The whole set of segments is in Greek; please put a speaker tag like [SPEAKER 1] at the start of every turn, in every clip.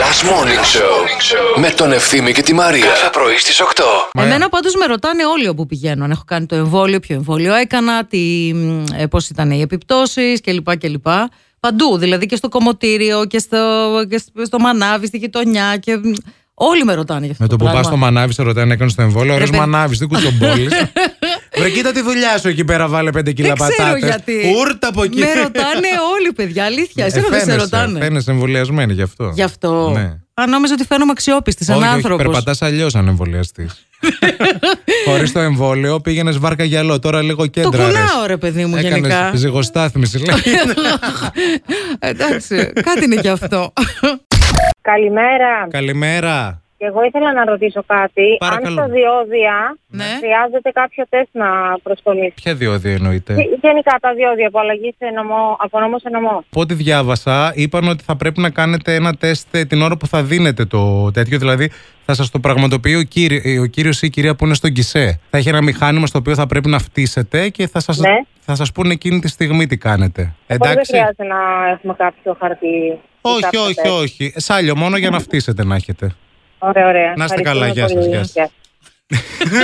[SPEAKER 1] Last Morning Show με τον Ευθύμη και τη Μαρία. Κάθε πρωί στις 8.
[SPEAKER 2] ναι.
[SPEAKER 3] Εμένα πάντως με ρωτάνε όλοι όπου πηγαίνω αν έχω κάνει το εμβόλιο, ποιο εμβόλιο έκανα, τι, ε, πώς ήταν οι επιπτώσεις κλπ. κλπ. Παντού, δηλαδή και στο κομμωτήριο και στο, και στο μανάβι, στη γειτονιά και μ, όλοι με ρωτάνε για αυτό
[SPEAKER 2] Με το που πας
[SPEAKER 3] πράγμα.
[SPEAKER 2] στο Μανάβη, σε ρωτάνε, έκανες το εμβόλιο. Ωραίο
[SPEAKER 3] παιδί.
[SPEAKER 2] Μανάβης, δεν κουτσομπόλεις. Βρε, κοίτα τη δουλειά σου εκεί πέρα, βάλε 5 κιλά
[SPEAKER 3] δεν ξέρω
[SPEAKER 2] πατάτες.
[SPEAKER 3] γιατί.
[SPEAKER 2] Ούρτα από εκεί. Ε,
[SPEAKER 3] Με ρωτάνε όλοι, παιδιά. Αλήθεια. Εσένα δεν σε ρωτάνε.
[SPEAKER 2] Φαίνεσαι εμβολιασμένη γι' αυτό.
[SPEAKER 3] Γι' αυτό.
[SPEAKER 2] Ναι.
[SPEAKER 3] Αν νόμιζα ότι φαίνομαι αξιόπιστης σαν
[SPEAKER 2] όχι, όχι,
[SPEAKER 3] άνθρωπο.
[SPEAKER 2] περπατάς αλλιώς αν εμβολιαστείς. Χωρίς το εμβόλιο πήγαινες βάρκα γυαλό. Τώρα λίγο
[SPEAKER 3] Το
[SPEAKER 2] κέντρα.
[SPEAKER 3] κουνάω, ρε παιδί μου, γενικά.
[SPEAKER 2] ζυγοστάθμιση, λέει.
[SPEAKER 3] Εντάξει, κάτι είναι και αυτό.
[SPEAKER 4] Καλημέρα.
[SPEAKER 2] Καλημέρα.
[SPEAKER 4] Και εγώ ήθελα να ρωτήσω κάτι.
[SPEAKER 2] Παρακαλώ.
[SPEAKER 4] Αν στα διόδια
[SPEAKER 3] Ναι.
[SPEAKER 4] χρειάζεται κάποιο τεστ να προσκολήσει.
[SPEAKER 2] Ποια διόδια εννοείται.
[SPEAKER 4] Γε- Γενικά τα διόδια που αλλαγεί σε νομό, από νόμο σε νομό.
[SPEAKER 2] Από ό,τι διάβασα, είπαν ότι θα πρέπει να κάνετε ένα τεστ ε, την ώρα που θα δίνετε το τέτοιο. Δηλαδή, θα σας το πραγματοποιεί ο, κύρι, ε, ο κύριος ή η κυρία που είναι στον Κισέ. Θα έχει ένα μηχάνημα στο οποίο θα πρέπει να φτύσετε και θα σας
[SPEAKER 4] Ναι.
[SPEAKER 2] θα σας πούνε εκείνη τη στιγμή τι κάνετε.
[SPEAKER 4] Οπότε Δεν
[SPEAKER 2] Εντάξει.
[SPEAKER 4] χρειάζεται να έχουμε κάποιο χαρτί. ή
[SPEAKER 2] Όχι,
[SPEAKER 4] κάποιο
[SPEAKER 2] όχι,
[SPEAKER 4] τεστ.
[SPEAKER 2] όχι. Σάλιο, μόνο για να φτύσετε να έχετε.
[SPEAKER 4] Ωραία, ωραία.
[SPEAKER 2] Να είστε
[SPEAKER 4] Ευχαριστούμε
[SPEAKER 2] καλά, γεια σας,
[SPEAKER 4] πολύ.
[SPEAKER 2] γεια σας.
[SPEAKER 4] Γεια σας.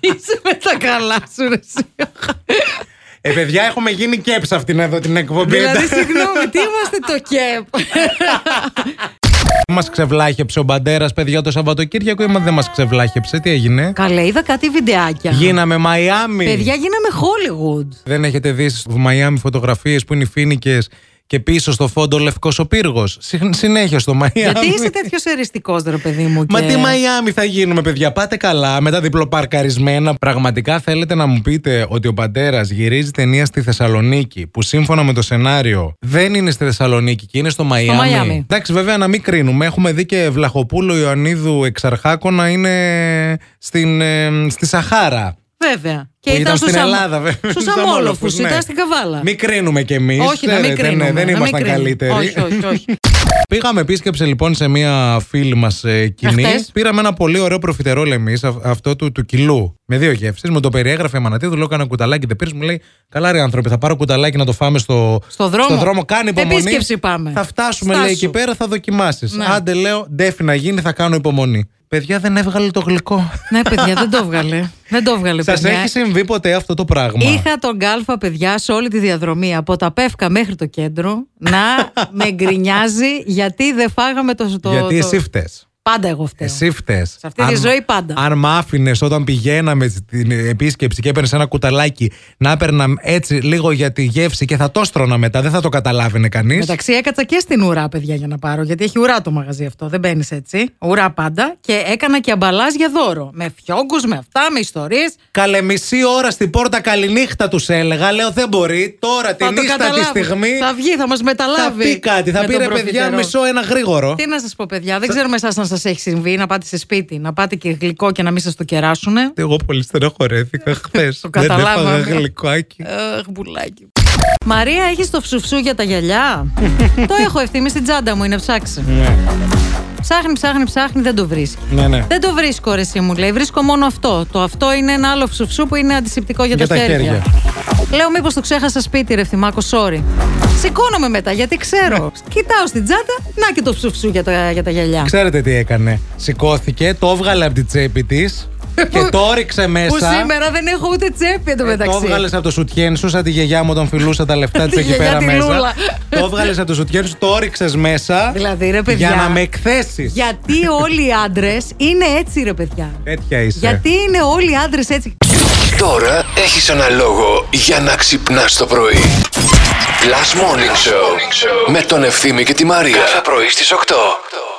[SPEAKER 3] Είσαι με τα καλά σου, ρε εσύ.
[SPEAKER 2] Ε, παιδιά, έχουμε γίνει και σε αυτήν εδώ την εκπομπή.
[SPEAKER 3] Δηλαδή, συγγνώμη, τι είμαστε το ΚΕΠ.
[SPEAKER 2] μας ξεβλάχεψε ο Μπαντέρας, παιδιά, το Σαββατοκύριακο ή μα δεν μας ξεβλάχεψε. Τι έγινε.
[SPEAKER 3] Καλέ, είδα κάτι βιντεάκια.
[SPEAKER 2] Γίναμε Μαϊάμι.
[SPEAKER 3] Παιδιά, γίναμε Hollywood.
[SPEAKER 2] Δεν έχετε δει στο Μαϊάμι φωτογραφίες που είναι οι φίνικες και πίσω στο φόντο λευκός ο πύργος. Συνέχεια στο Μαϊάμι.
[SPEAKER 3] Γιατί είσαι τέτοιος εριστικός, ρε παιδί μου.
[SPEAKER 2] Ε, Μα
[SPEAKER 3] και-
[SPEAKER 2] τι Μαϊάμι θα γίνουμε, παιδιά. Πάτε καλά, μετά διπλοπαρκαρισμένα. Πραγματικά θέλετε να μου πείτε ότι ο πατέρας γυρίζει ταινία στη Θεσσαλονίκη, που σύμφωνα με το σενάριο δεν είναι στη Θεσσαλονίκη και είναι στο Μαϊάμι.
[SPEAKER 3] Μαϊάμι.
[SPEAKER 2] Εντάξει, βέβαια να μην κρίνουμε. Έχουμε δει και Βλαχοπούλο Ιωαννίδου Εξαρχάκο να είναι στην, ε, στη Σαχάρα.
[SPEAKER 3] Βέβαια. Και
[SPEAKER 2] Που ήταν
[SPEAKER 3] στους
[SPEAKER 2] στην
[SPEAKER 3] Σαμ-
[SPEAKER 2] Ελλάδα, βέβαια.
[SPEAKER 3] Στους
[SPEAKER 2] Στους Αμόλοφους,
[SPEAKER 3] αμόλοφου,
[SPEAKER 2] ναι.
[SPEAKER 3] ήταν στην Καβάλα.
[SPEAKER 2] Μην κρίνουμε κι εμείς.
[SPEAKER 3] Όχι, να μην κρίνουμε.
[SPEAKER 2] δεν
[SPEAKER 3] να μην
[SPEAKER 2] ήμασταν
[SPEAKER 3] κρίνουμε.
[SPEAKER 2] καλύτεροι.
[SPEAKER 3] Όχι, όχι, όχι.
[SPEAKER 2] Πήγαμε επίσκεψη λοιπόν σε μία φίλη μας κοινή.
[SPEAKER 3] Αχτες.
[SPEAKER 2] Πήραμε ένα πολύ ωραίο προφιτερόλ εμεί, αυτό του, του κιλού. Με δύο γεύσεις. Μου το περιέγραφε η Μανατίδου, λέω κάνα κουταλάκι. Δεν πήρες, μου λέει Καλά, ρε άνθρωποι, θα πάρω κουταλάκι να το φάμε στο,
[SPEAKER 3] Στο δρόμο.
[SPEAKER 2] στο δρόμο. Κάνει υπομονή.
[SPEAKER 3] Επίσκεψη πάμε.
[SPEAKER 2] Θα φτάσουμε,
[SPEAKER 3] Στάσου.
[SPEAKER 2] λέει, εκεί πέρα, θα δοκιμάσεις.
[SPEAKER 3] Ναι.
[SPEAKER 2] Άντε, λέω, ντέφι να γίνει, θα κάνω υπομονή. Παιδιά δεν έβγαλε το γλυκό.
[SPEAKER 3] Ναι, παιδιά, δεν το έβγαλε. Δεν το έβγαλε,
[SPEAKER 2] Σας
[SPEAKER 3] παιδιά.
[SPEAKER 2] έχει συμβεί ποτέ αυτό το πράγμα.
[SPEAKER 3] Είχα τον Γκάλφα, παιδιά, σε όλη τη διαδρομή από τα Πεύκα μέχρι το κέντρο να με γκρινιάζει γιατί δεν φάγαμε το. το
[SPEAKER 2] Γιατί
[SPEAKER 3] το-
[SPEAKER 2] εσύ φταίς.
[SPEAKER 3] Πάντα εγώ φταίω.
[SPEAKER 2] Εσύ φταίς.
[SPEAKER 3] Σε αυτή τη ζωή πάντα.
[SPEAKER 2] Αν μ' άφηνε όταν πηγαίναμε στην επίσκεψη και έπαιρνες ένα κουταλάκι να έπαιρνα έτσι λίγο για τη γεύση και θα το στρώνα μετά, δεν θα το καταλάβαινε κανείς.
[SPEAKER 3] Μεταξύ έκατσα και στην ουρά, παιδιά, για να πάρω. Γιατί έχει ουρά το μαγαζί αυτό. Δεν μπαίνεις έτσι. Ουρά πάντα. Και έκανα και αμπαλάζ για δώρο. Με φιόγκους, με αυτά, με ιστορίες.
[SPEAKER 2] Καλέ μισή ώρα στην πόρτα καληνύχτα τους έλεγα. Λέω δεν μπορεί. Τώρα
[SPEAKER 3] Θα
[SPEAKER 2] την
[SPEAKER 3] το
[SPEAKER 2] ίστα τη
[SPEAKER 3] καταλάβει.
[SPEAKER 2] στιγμή
[SPEAKER 3] Θα βγει, θα μας
[SPEAKER 2] θα
[SPEAKER 3] μεταλάβει.
[SPEAKER 2] πει κάτι. Θα
[SPEAKER 3] με
[SPEAKER 2] πει
[SPEAKER 3] τον
[SPEAKER 2] ρε παιδιά
[SPEAKER 3] προφιτερό».
[SPEAKER 2] μισό ένα γρήγορο.
[SPEAKER 3] Τι να σας πω, παιδιά, δεν ξέρουμε εσάς αν σα έχει συμβεί να πάτε σε σπίτι, να πάτε και γλυκό και να μην σας το κεράσουνε.
[SPEAKER 2] Εγώ πολύ στενοχωρέθηκα χθες.
[SPEAKER 3] Ε, Το καταλάβαμε.
[SPEAKER 2] γλυκάκι.
[SPEAKER 3] Αχ, μπουλάκι. Μαρία, έχεις το ψουφσού για τα γυαλιά. το έχω ευθύνη στην τσάντα μου, είναι ψάξει.
[SPEAKER 2] Ναι,
[SPEAKER 3] Ψάχνει, ψάχνει, ψάχνει, δεν το βρίσκει.
[SPEAKER 2] ναι, ναι.
[SPEAKER 3] Δεν το βρίσκω, ρε εσύ μου λέει. Βρίσκω μόνο αυτό. Το αυτό είναι ένα άλλο ψουφσού που είναι αντισηπτικό για,
[SPEAKER 2] Για
[SPEAKER 3] τα
[SPEAKER 2] τα
[SPEAKER 3] χέρια.
[SPEAKER 2] χέρια.
[SPEAKER 3] Λέω μήπως το ξέχασα σπίτι, ρε Φθημάκο, sorry. Σηκώνομαι μετά γιατί ξέρω. Κοιτάω στην τσάντα, να και το ψουφσού για τα, για τα γυαλιά.
[SPEAKER 2] Ξέρετε τι έκανε. Σηκώθηκε, το έβγαλε από την τσέπη της και το έριξε
[SPEAKER 3] Που
[SPEAKER 2] μέσα. Ε,
[SPEAKER 3] σήμερα δεν έχω ούτε τσέπη εντωμεταξύ.
[SPEAKER 2] Το έβγαλες από το σουτιέν σου, σαν τη γιαγιά μου όταν φιλούσα τα λεφτά της
[SPEAKER 3] Τη
[SPEAKER 2] εκεί
[SPEAKER 3] γιαγιά
[SPEAKER 2] πέρα
[SPEAKER 3] τη Λούλα.
[SPEAKER 2] μέσα. το έβγαλες από το σουτιέν σου, το όριξες μέσα.
[SPEAKER 3] Δηλαδή, ρε παιδιά.
[SPEAKER 2] Για να με εκθέσεις.
[SPEAKER 3] Γιατί όλοι οι άντρες είναι έτσι, ρε παιδιά.
[SPEAKER 2] Τέτοια είσαι.
[SPEAKER 3] Γιατί είναι όλοι οι άντρες έτσι.
[SPEAKER 1] Τώρα έχεις ένα λόγο για να ξυπνάς το πρωί. Last Morning Show με τον Ευθύμη και τη Μαρία. Κάθε πρωί στις 8.